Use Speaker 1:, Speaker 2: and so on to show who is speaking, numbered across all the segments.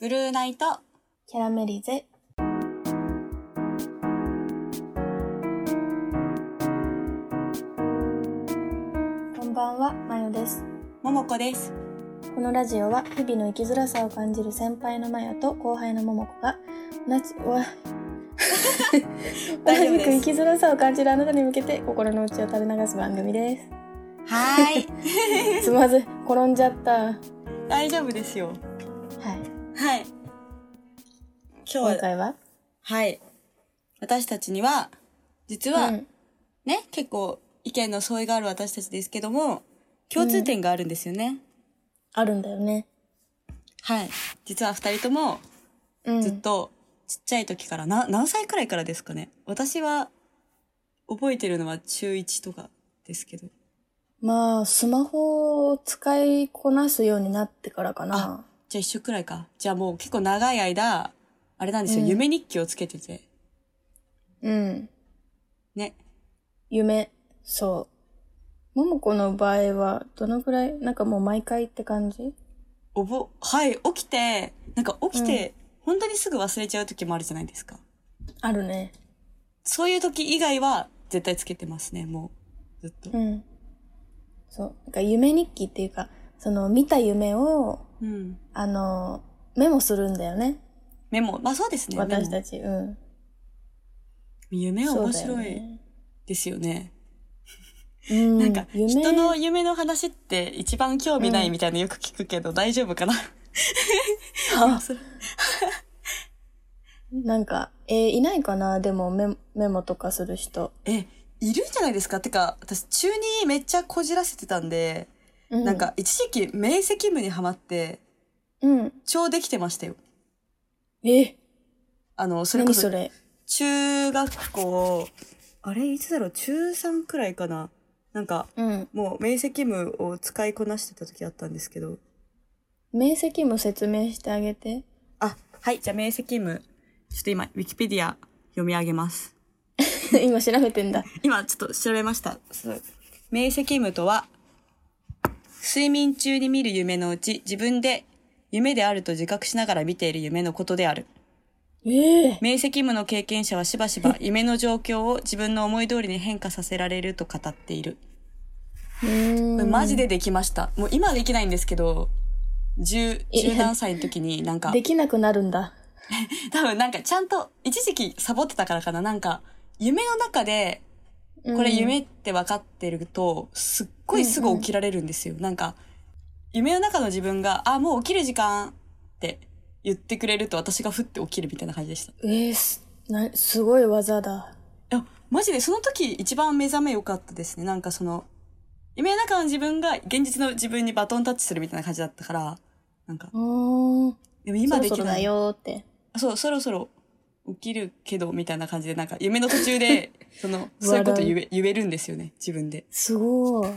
Speaker 1: ブルーナイト。
Speaker 2: キャラメリゼ。こんばんは、まよです。
Speaker 1: ももこです。
Speaker 2: このラジオは日々の生きづらさを感じる先輩のマヨと後輩のモモコが同じわ同
Speaker 1: 大丈夫で
Speaker 2: じく
Speaker 1: す
Speaker 2: 生きづらさを感じるあなたに向けて心の内を垂れ流す番組で
Speaker 1: はーい。
Speaker 2: す。つまず転んじゃった。はい。
Speaker 1: 大丈夫ですよ。はい。今
Speaker 2: 今
Speaker 1: 日は、
Speaker 2: 回は
Speaker 1: はい。私たちには、実は、ね、結構意見の相違がある私たちですけども、共通点があるんですよね。
Speaker 2: あるんだよね。
Speaker 1: はい。実は二人とも、
Speaker 2: うん、
Speaker 1: ずっと、ちっちゃい時から、な、何歳くらいからですかね。私は、覚えてるのは中1とかですけど。
Speaker 2: まあ、スマホを使いこなすようになってからかな。
Speaker 1: じゃあ一緒くらいか。じゃあもう結構長い間、あれなんですよ、
Speaker 2: うん
Speaker 1: 夢日記をつけてて。
Speaker 2: うん。
Speaker 1: ね。
Speaker 2: 夢。そう。ももこの場合は、どのくらいなんかもう毎回って感じ
Speaker 1: おぼ、はい、起きて、なんか起きて、本当にすぐ忘れちゃう時もあるじゃないですか。
Speaker 2: あるね。
Speaker 1: そういう時以外は、絶対つけてますね、もう。ずっと
Speaker 2: う。ん。そう。なんか夢日記っていうか、その見た夢を、
Speaker 1: うん。
Speaker 2: あの、メモするんだよね。
Speaker 1: メモ。まあそうですね。
Speaker 2: 私
Speaker 1: メ
Speaker 2: たち。うん。
Speaker 1: モ夢は
Speaker 2: そう
Speaker 1: 面
Speaker 2: だよ
Speaker 1: 白い
Speaker 2: ね。
Speaker 1: ですよね。
Speaker 2: うん。
Speaker 1: なんか、
Speaker 2: 夢
Speaker 1: 人の夢の話って一番興味ないみたいなよく聞くけど、大丈夫かな
Speaker 2: あ
Speaker 1: それ
Speaker 2: なんか、えーいないかなでもメモ、メモとかする人。
Speaker 1: え、いるんじゃないですかてか、私中にめっちゃこじらせてたんで、
Speaker 2: う
Speaker 1: なん、か一時期明晰夢にハマって、
Speaker 2: うん。
Speaker 1: 超できてましたよ。
Speaker 2: え、
Speaker 1: あの、それこ
Speaker 2: 何
Speaker 1: そ
Speaker 2: それ
Speaker 1: 中学校、あれいつだろう中3くらいかななんか、
Speaker 2: うん。
Speaker 1: もう明晰夢を使いこなしてた時あったんですけど。
Speaker 2: 面積も説明してあげて。
Speaker 1: あ、はい、じゃあ明晰夢、ちょっと今、ウィキペディア読み上げます。
Speaker 2: 今調べてんだ。
Speaker 1: 今ちょっと調べました。明晰夢とは、睡眠中に見る夢のうち自分で夢であると自覚しながら見ている夢のことである。
Speaker 2: ええ
Speaker 1: 明晰夢の経験者はしばしば夢の状況を自分の思い通りに変化させられると語っている。
Speaker 2: うーん。
Speaker 1: これマジでできました。もう今はできないんですけど、十、
Speaker 2: いや
Speaker 1: 十何歳の時になんか
Speaker 2: で、きなくなるんだ。
Speaker 1: 多分なんかちゃんと一時期サボってたからかな。なんか、夢の中で
Speaker 2: うん
Speaker 1: これ夢って分かってると、すっごいすぐ起きられるんですよ。なんか、夢の中の自分が、あ、もう起きる時間って言ってくれると私がふって起きるみたいな感じでした。い
Speaker 2: ええす、な、すごい技だ。
Speaker 1: や、マジでその時一番目覚め良かったですね。なんかその、夢の中の自分が現実の自分にバトンタッチするみたいな感じだったから、なんか、
Speaker 2: うーん。
Speaker 1: でも今で
Speaker 2: そろ
Speaker 1: き
Speaker 2: そ
Speaker 1: な
Speaker 2: ろだ
Speaker 1: い。
Speaker 2: よーって。
Speaker 1: そう、そろそろ起きるけど、みたいな感じで、なんか夢の途中 で、その、そういうこと言え言えるんですよね、自分で。
Speaker 2: すごい。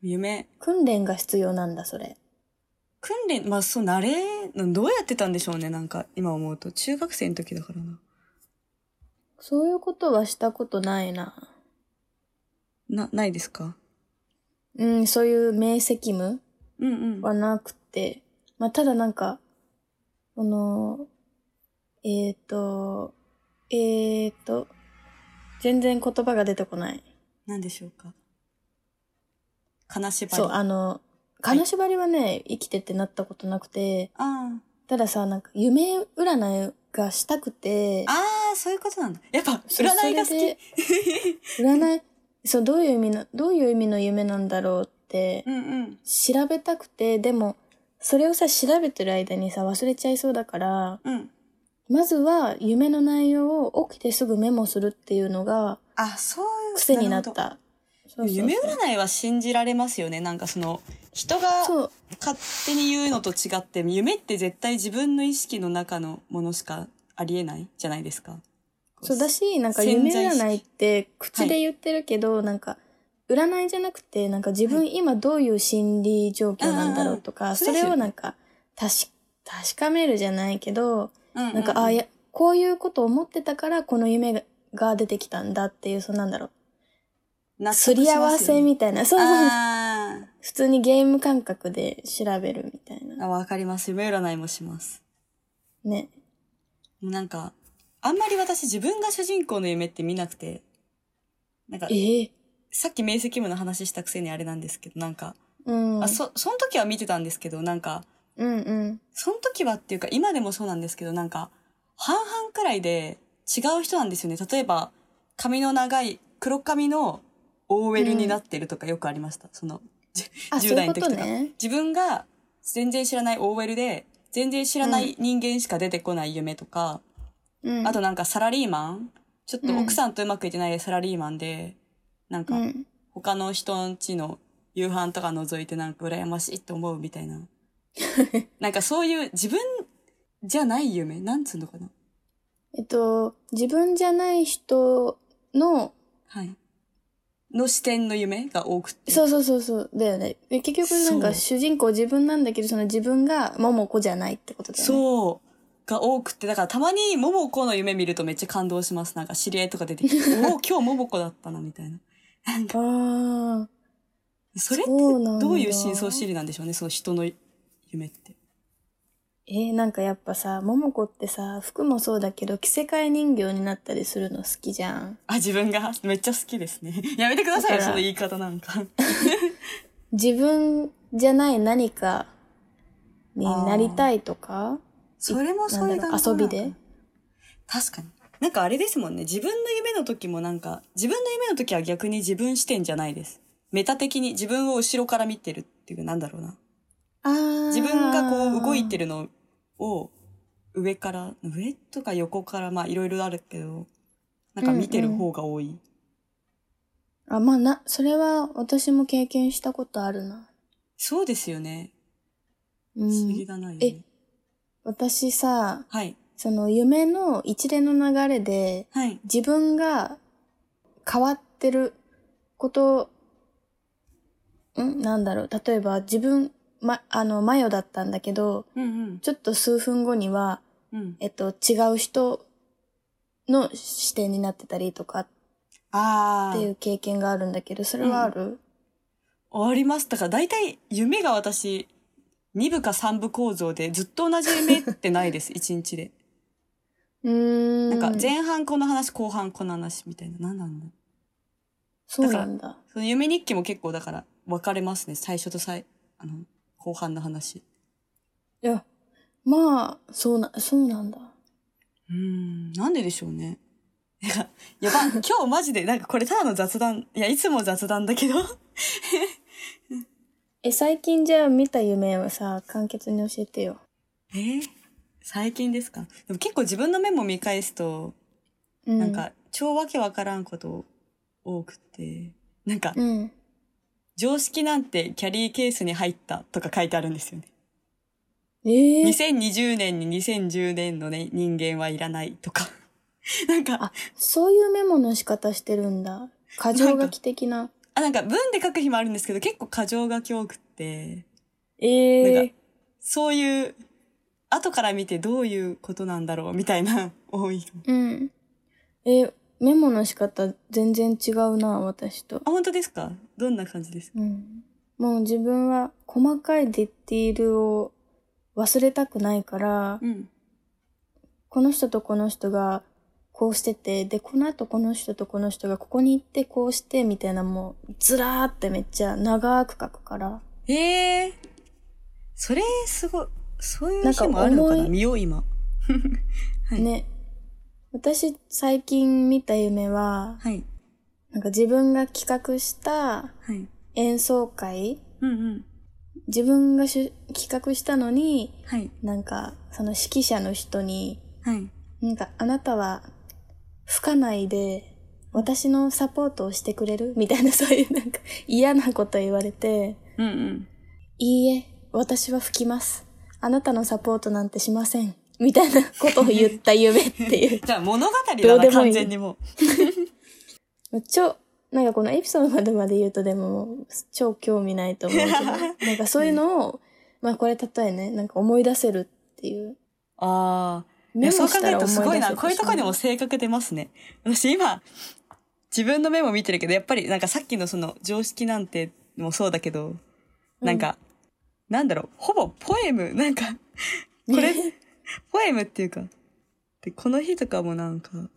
Speaker 1: 夢、
Speaker 2: 訓練が必要なんだ、それ。
Speaker 1: 訓練、まあそう、慣れ、どうやってたんでしょうね、なんか、今思うと。中学生の時だからな。
Speaker 2: そういうことはしたことないな。
Speaker 1: な、ないですか
Speaker 2: うん、そういう明晰夢
Speaker 1: うんうん。
Speaker 2: はなくて。まあ、ただなんか、この、えっ、ー、と、えー、と、全然言葉が出てこない。
Speaker 1: なんでしょうか。金縛り。
Speaker 2: そう、
Speaker 1: あ
Speaker 2: あの、
Speaker 1: はい
Speaker 2: 金縛りはね、生きてってなったことなくて、
Speaker 1: あ。
Speaker 2: たださ、なんか夢占いがしたくて、
Speaker 1: ああ、そういうことなんだ。やっぱ、
Speaker 2: そう
Speaker 1: 占いが好
Speaker 2: それ
Speaker 1: き
Speaker 2: で。占い、そう、どういう意味の、どういう意味の夢なんだろうって
Speaker 1: う、んうん。
Speaker 2: 調べたくて、でも、それをさ、調べてる間にさ、忘れちゃいそうだから、
Speaker 1: うん。
Speaker 2: まずは夢の内容を起きてすぐメモするっていうのが
Speaker 1: あ、そういう。
Speaker 2: 癖になっ
Speaker 1: るほ
Speaker 2: た。そ
Speaker 1: ど。
Speaker 2: うそうそう
Speaker 1: 夢占いは信じられますよね。なんかその、人が
Speaker 2: そう、
Speaker 1: 勝手に言うのと違って、夢って絶対自分の意識の中のものしかありえないじゃないですか。
Speaker 2: そうだし、なんか
Speaker 1: 潜
Speaker 2: 夢
Speaker 1: 在意識
Speaker 2: 占いって口で言ってるけど、なんか、占いじゃなくて、なんか自
Speaker 1: は
Speaker 2: 分今どういう心理状況なんだろうと
Speaker 1: うんうんう
Speaker 2: か、
Speaker 1: ん
Speaker 2: そ
Speaker 1: そうで
Speaker 2: れ
Speaker 1: すよ
Speaker 2: を
Speaker 1: ね
Speaker 2: なんか、確か、確かめるじゃないけど、
Speaker 1: うんうん
Speaker 2: なんか、あ、いや、こういうこと思ってたから、この夢がが出てきたんだっていう、そうなんだろう。
Speaker 1: 納得
Speaker 2: すり合わせ
Speaker 1: し
Speaker 2: みたいな、そう
Speaker 1: ます
Speaker 2: そう
Speaker 1: よね
Speaker 2: そう。
Speaker 1: あー
Speaker 2: 普通にゲーム感覚で調べるみたいな。
Speaker 1: あ、わかります。夢占いもします。
Speaker 2: ね。
Speaker 1: もうなんか、あんまり私自分が主人公の夢って見なくて、なんか、
Speaker 2: ええ
Speaker 1: さっき明晰夢の話したくせにあれなんですけど、なんか、
Speaker 2: うん。
Speaker 1: あ、そ、その時は見てたんですけど、なんか、
Speaker 2: うんうん。
Speaker 1: その時はっていうか今でもそうなんですけど、なんか、半々くらいで違う人なんですよね。例えば、髪の長い、黒髪の OL になってるとかよくありました。その、
Speaker 2: あ、そう
Speaker 1: 10
Speaker 2: い
Speaker 1: 代
Speaker 2: う
Speaker 1: の
Speaker 2: こ
Speaker 1: 時
Speaker 2: と
Speaker 1: とか
Speaker 2: ね。
Speaker 1: 自分が全然知らない OL で、全然知らない人間しか出てこない夢とか、
Speaker 2: うん。
Speaker 1: あとなんかサラリーマンちょっ
Speaker 2: う
Speaker 1: と
Speaker 2: ん
Speaker 1: 奥さんとうまくいってないサラリーマンで、なん
Speaker 2: う
Speaker 1: か
Speaker 2: ん。
Speaker 1: 他の人んちの夕飯とか覗いてなんか羨ましいって思うみた いな。なんかそういう自分じゃない夢なんつうのかな
Speaker 2: えっと、自分じゃない人の、
Speaker 1: はい。の視点の夢が多くて。
Speaker 2: そうそうそうそう、だよね。で結局なんか主人公自分なんだけど、その自分が桃子じゃないってことだよね。う。
Speaker 1: そう。が多くて、だからたまに桃子の夢見るとめっちゃ感動します。なんか知り合いとか出てき て、おお、今日桃子だったな、みたいな。
Speaker 2: ああ。
Speaker 1: それって
Speaker 2: そうなんだ
Speaker 1: どういう真相心理なんでしょうね、その人の夢って。
Speaker 2: えー、なんかやっぱさ、桃子ってさ、服もそうだけど、着せ替え人形になったりするの好きじゃん。
Speaker 1: あ、自分がめっちゃ好きですね。やめてくださいよ、
Speaker 2: だから
Speaker 1: その言い方なんか。
Speaker 2: 自分じゃない何かになりたいとか、
Speaker 1: それもそういう
Speaker 2: なん
Speaker 1: 感
Speaker 2: だ
Speaker 1: じな
Speaker 2: ろう
Speaker 1: のか
Speaker 2: 遊びで
Speaker 1: 確かに。なんかあれですもんね。自分の夢の時もなんか、自分の夢の時は逆に自分視点じゃないです。メタ的に自分を後ろから見てるっていう、なんだろうな。
Speaker 2: あー
Speaker 1: 自分がこう動いてるのを、上から、上とか横から、まあいろいろあるけど、なんか見てる方が多い。
Speaker 2: あ、まあな、それは私も経験したことあるな。
Speaker 1: そうですよね。不
Speaker 2: う
Speaker 1: 思議
Speaker 2: ん。
Speaker 1: だなよ、ね
Speaker 2: え私さ、
Speaker 1: はい。
Speaker 2: その夢の一連の流れで、
Speaker 1: はい。
Speaker 2: 自分が変わってること、んなんだろう。例えば自分、ま、あの、マヨだったんだけど、
Speaker 1: うんうん。
Speaker 2: ちょっと数分後には、
Speaker 1: うん。
Speaker 2: えっと、違う人の視点になってたりとかっ
Speaker 1: ああ。
Speaker 2: ていう経験があるんだけど、それはある、
Speaker 1: あります。だから大体夢が私、2部か3部構造でずっと同じ夢ってないです、1日で。
Speaker 2: うーん。
Speaker 1: なんか前半この話、後半この話みたいな。何なんだ
Speaker 2: そうなんだ。
Speaker 1: その夢日記も結構だから分かれますね、最初と最、あの、後半の話。
Speaker 2: いや、まあ、そうな、そうなんだ。
Speaker 1: うーん、なんででしょうね。いや、やば、 今日マジで、なんかこれただの雑談、いや、いつも雑談だけど。
Speaker 2: え、最近じゃあ見た夢はさ、簡潔に教えてよ。
Speaker 1: えー最近ですかでも結構自分のメモ見返すと、
Speaker 2: うん、
Speaker 1: なん、か、超わけわからんこと多くて、なんか、
Speaker 2: うん。
Speaker 1: 常識なんてキャリーケースに入ったとか書いてあるんですよね。
Speaker 2: ええ
Speaker 1: 2020年に2010年のね、人間はいらないとか。 なんか、
Speaker 2: あ、そういうメモの仕方してるんだ。過剰書き的な。
Speaker 1: あ、なんか文で書く日もあるんですけど、結構過剰書き多くって、
Speaker 2: え
Speaker 1: なんかそういう、後から見てどういうことなんだろうみたいな、 多い。
Speaker 2: うん。え、メモの仕方全然違うな、私と。
Speaker 1: あ、本当ですかどんな感じですか
Speaker 2: うん。もう自分は細かいディティールを忘れたくないから、
Speaker 1: うん。
Speaker 2: この人とこの人がこうしてて、で、この後この人とこの人がここに行ってこうしてみたいなもう、ずらーってめっちゃ長く書くから。
Speaker 1: ええー、それ、すごい、そういう日もあるのか
Speaker 2: なん
Speaker 1: な
Speaker 2: か重い
Speaker 1: 見よう、今。はい
Speaker 2: ね。私最近見た夢は、
Speaker 1: はい。
Speaker 2: なんか自分が企画した
Speaker 1: はい。
Speaker 2: 演奏会、
Speaker 1: うんうん。
Speaker 2: 自分が主企画したのに、
Speaker 1: はい。
Speaker 2: なんかその指揮者の人に、
Speaker 1: はい。
Speaker 2: なんかあなたは吹かないで私のサポートをしてくれるみたいなそういうなんか嫌なこと言われて、
Speaker 1: うんうん。
Speaker 2: いいえ、私は吹きます。あなたのサポートなんてしません。みたいなことを言った夢って いう。
Speaker 1: じゃあ物語
Speaker 2: ど
Speaker 1: だ
Speaker 2: うで
Speaker 1: な、
Speaker 2: もいい
Speaker 1: 完全にもう。
Speaker 2: 超、なんかこのエピソードまでまで言うとでももう超興味ないと思うけど、なんかそういうのを、まあこれ例えね、なんか思い出せるっていう。
Speaker 1: ああ。い
Speaker 2: メ
Speaker 1: や
Speaker 2: モ
Speaker 1: そう考
Speaker 2: した
Speaker 1: える
Speaker 2: ら
Speaker 1: と
Speaker 2: 思い出
Speaker 1: す
Speaker 2: せる
Speaker 1: ごいな。こういうとこにも
Speaker 2: し
Speaker 1: 性格出ますね。 私今、自分のメモ見てるけど、やっぱりなんかさっきのその常識なんてもそうだけど、なんか、なんだろう、ほぼポエム、なん か、これ、ポエムっていうか、で、この日とかもなんか、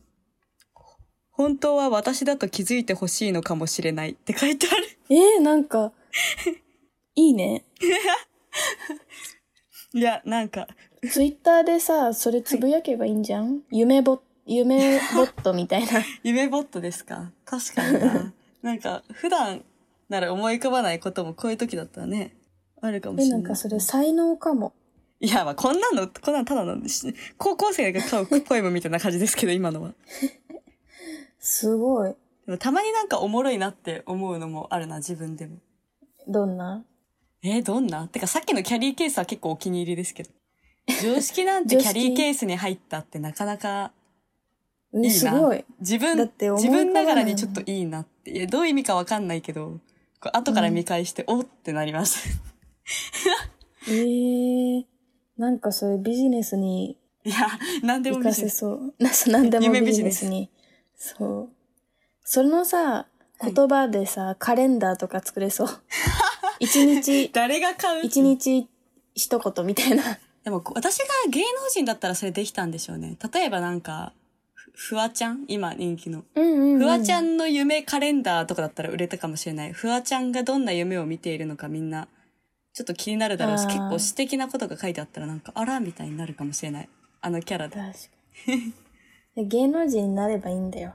Speaker 1: 本当は私だと気づいてほしいのかもしれないって書いてある。
Speaker 2: えー、なんか、いいね。
Speaker 1: いや、なんか、
Speaker 2: ツイッターでさ、それつぶやけばいいんじゃん、夢ボ夢ボット みたいな。
Speaker 1: 夢ボットですか確かに な。なんか、普段なら思い浮かばないこともこういう時だったらね、あるかもし
Speaker 2: え、
Speaker 1: れ
Speaker 2: な
Speaker 1: ない。
Speaker 2: んかそれ才能かも。
Speaker 1: いや、まあ、こんなの、こんなのただのし、高校生が買うポエムみたいな感じですけど、今のは。
Speaker 2: すごい。
Speaker 1: でもたまになんかおもろいなって思うのもあるな、自分でも。
Speaker 2: どんな
Speaker 1: えーどんなてかさっきのキャリーケースは結構お気に入りですけど。常識なんて
Speaker 2: 常
Speaker 1: キャ
Speaker 2: 識
Speaker 1: リーケースに入ったってなかなか
Speaker 2: う
Speaker 1: いい
Speaker 2: ん
Speaker 1: な。
Speaker 2: すごい。
Speaker 1: 自
Speaker 2: だ
Speaker 1: 分
Speaker 2: っ、て思い
Speaker 1: 自
Speaker 2: 浮かばない
Speaker 1: 分ながらにちょっといいなって。いや、どういう意味かわかんないけど、こう後から見返して、おってなりました。
Speaker 2: えー、なんかそれビジネスに
Speaker 1: いや、なんでも
Speaker 2: 活
Speaker 1: 見
Speaker 2: か
Speaker 1: せ
Speaker 2: せ
Speaker 1: る。
Speaker 2: そう。な、そう なんでも
Speaker 1: 夢
Speaker 2: ビ
Speaker 1: ビジ
Speaker 2: ジ
Speaker 1: ネ
Speaker 2: ネ
Speaker 1: ス
Speaker 2: スに。そう。そのさ、
Speaker 1: はい
Speaker 2: 言葉でさ、カレンダーとか作れ そう。一日、
Speaker 1: 誰が買う
Speaker 2: 一日一言みたいな。
Speaker 1: でもこう、私が芸能人だったらそれできたんでしょうね。例えばなんか、ふふわちゃん今人気の。
Speaker 2: うんうん、
Speaker 1: ふわちゃ
Speaker 2: ん。
Speaker 1: んの夢カレンダーとかだったら売れたかもしれない。ふわちゃんがどんな夢を見ているのかみんな、ちょっと気になるだろうし、
Speaker 2: あー
Speaker 1: 結構詩的なことが書いてあったらなんか、あらみたいになるかもしれない。あのキャラで。
Speaker 2: 確
Speaker 1: や
Speaker 2: か に。芸能人になればいいんだよ。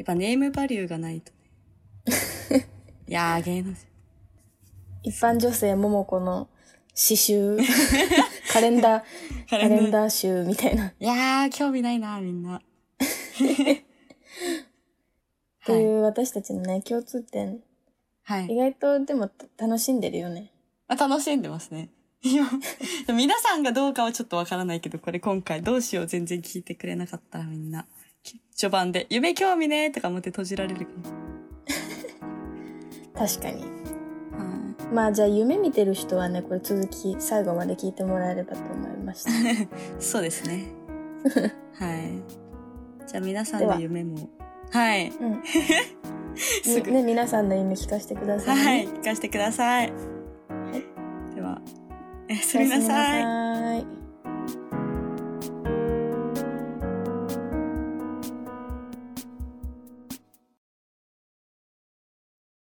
Speaker 1: っぱネームバリューがないとね。いやー、芸能人。
Speaker 2: 一般女性ももこの 刺繍カレンダー
Speaker 1: カ
Speaker 2: カ
Speaker 1: レンダー
Speaker 2: レンダー集みたいなっ
Speaker 1: いやー、興味ないな、みんな。
Speaker 2: て
Speaker 1: はいい。
Speaker 2: う私たちのね共通点
Speaker 1: は
Speaker 2: 意
Speaker 1: い。
Speaker 2: 外とでも楽しんでるよね
Speaker 1: あ楽しんでますね。 いや皆さんがどうかはちょっとわからないけど、これ今回どうしよう全然聞いてくれなかったらみんな、き序盤で、夢興味ねーとか思って閉じられるかも。
Speaker 2: 確かに
Speaker 1: はい
Speaker 2: まあじゃあ夢見てる人はねこれ続き最後まで聞いてもらえればと思いま した
Speaker 1: そうですね。はい。じゃあ皆さんの夢も。はい。
Speaker 2: うん
Speaker 1: すぐ。
Speaker 2: ね皆さんの夢聞かせてくださいね、
Speaker 1: はい。聞かせてください。では、おやすみなさい。
Speaker 2: おやすみなさい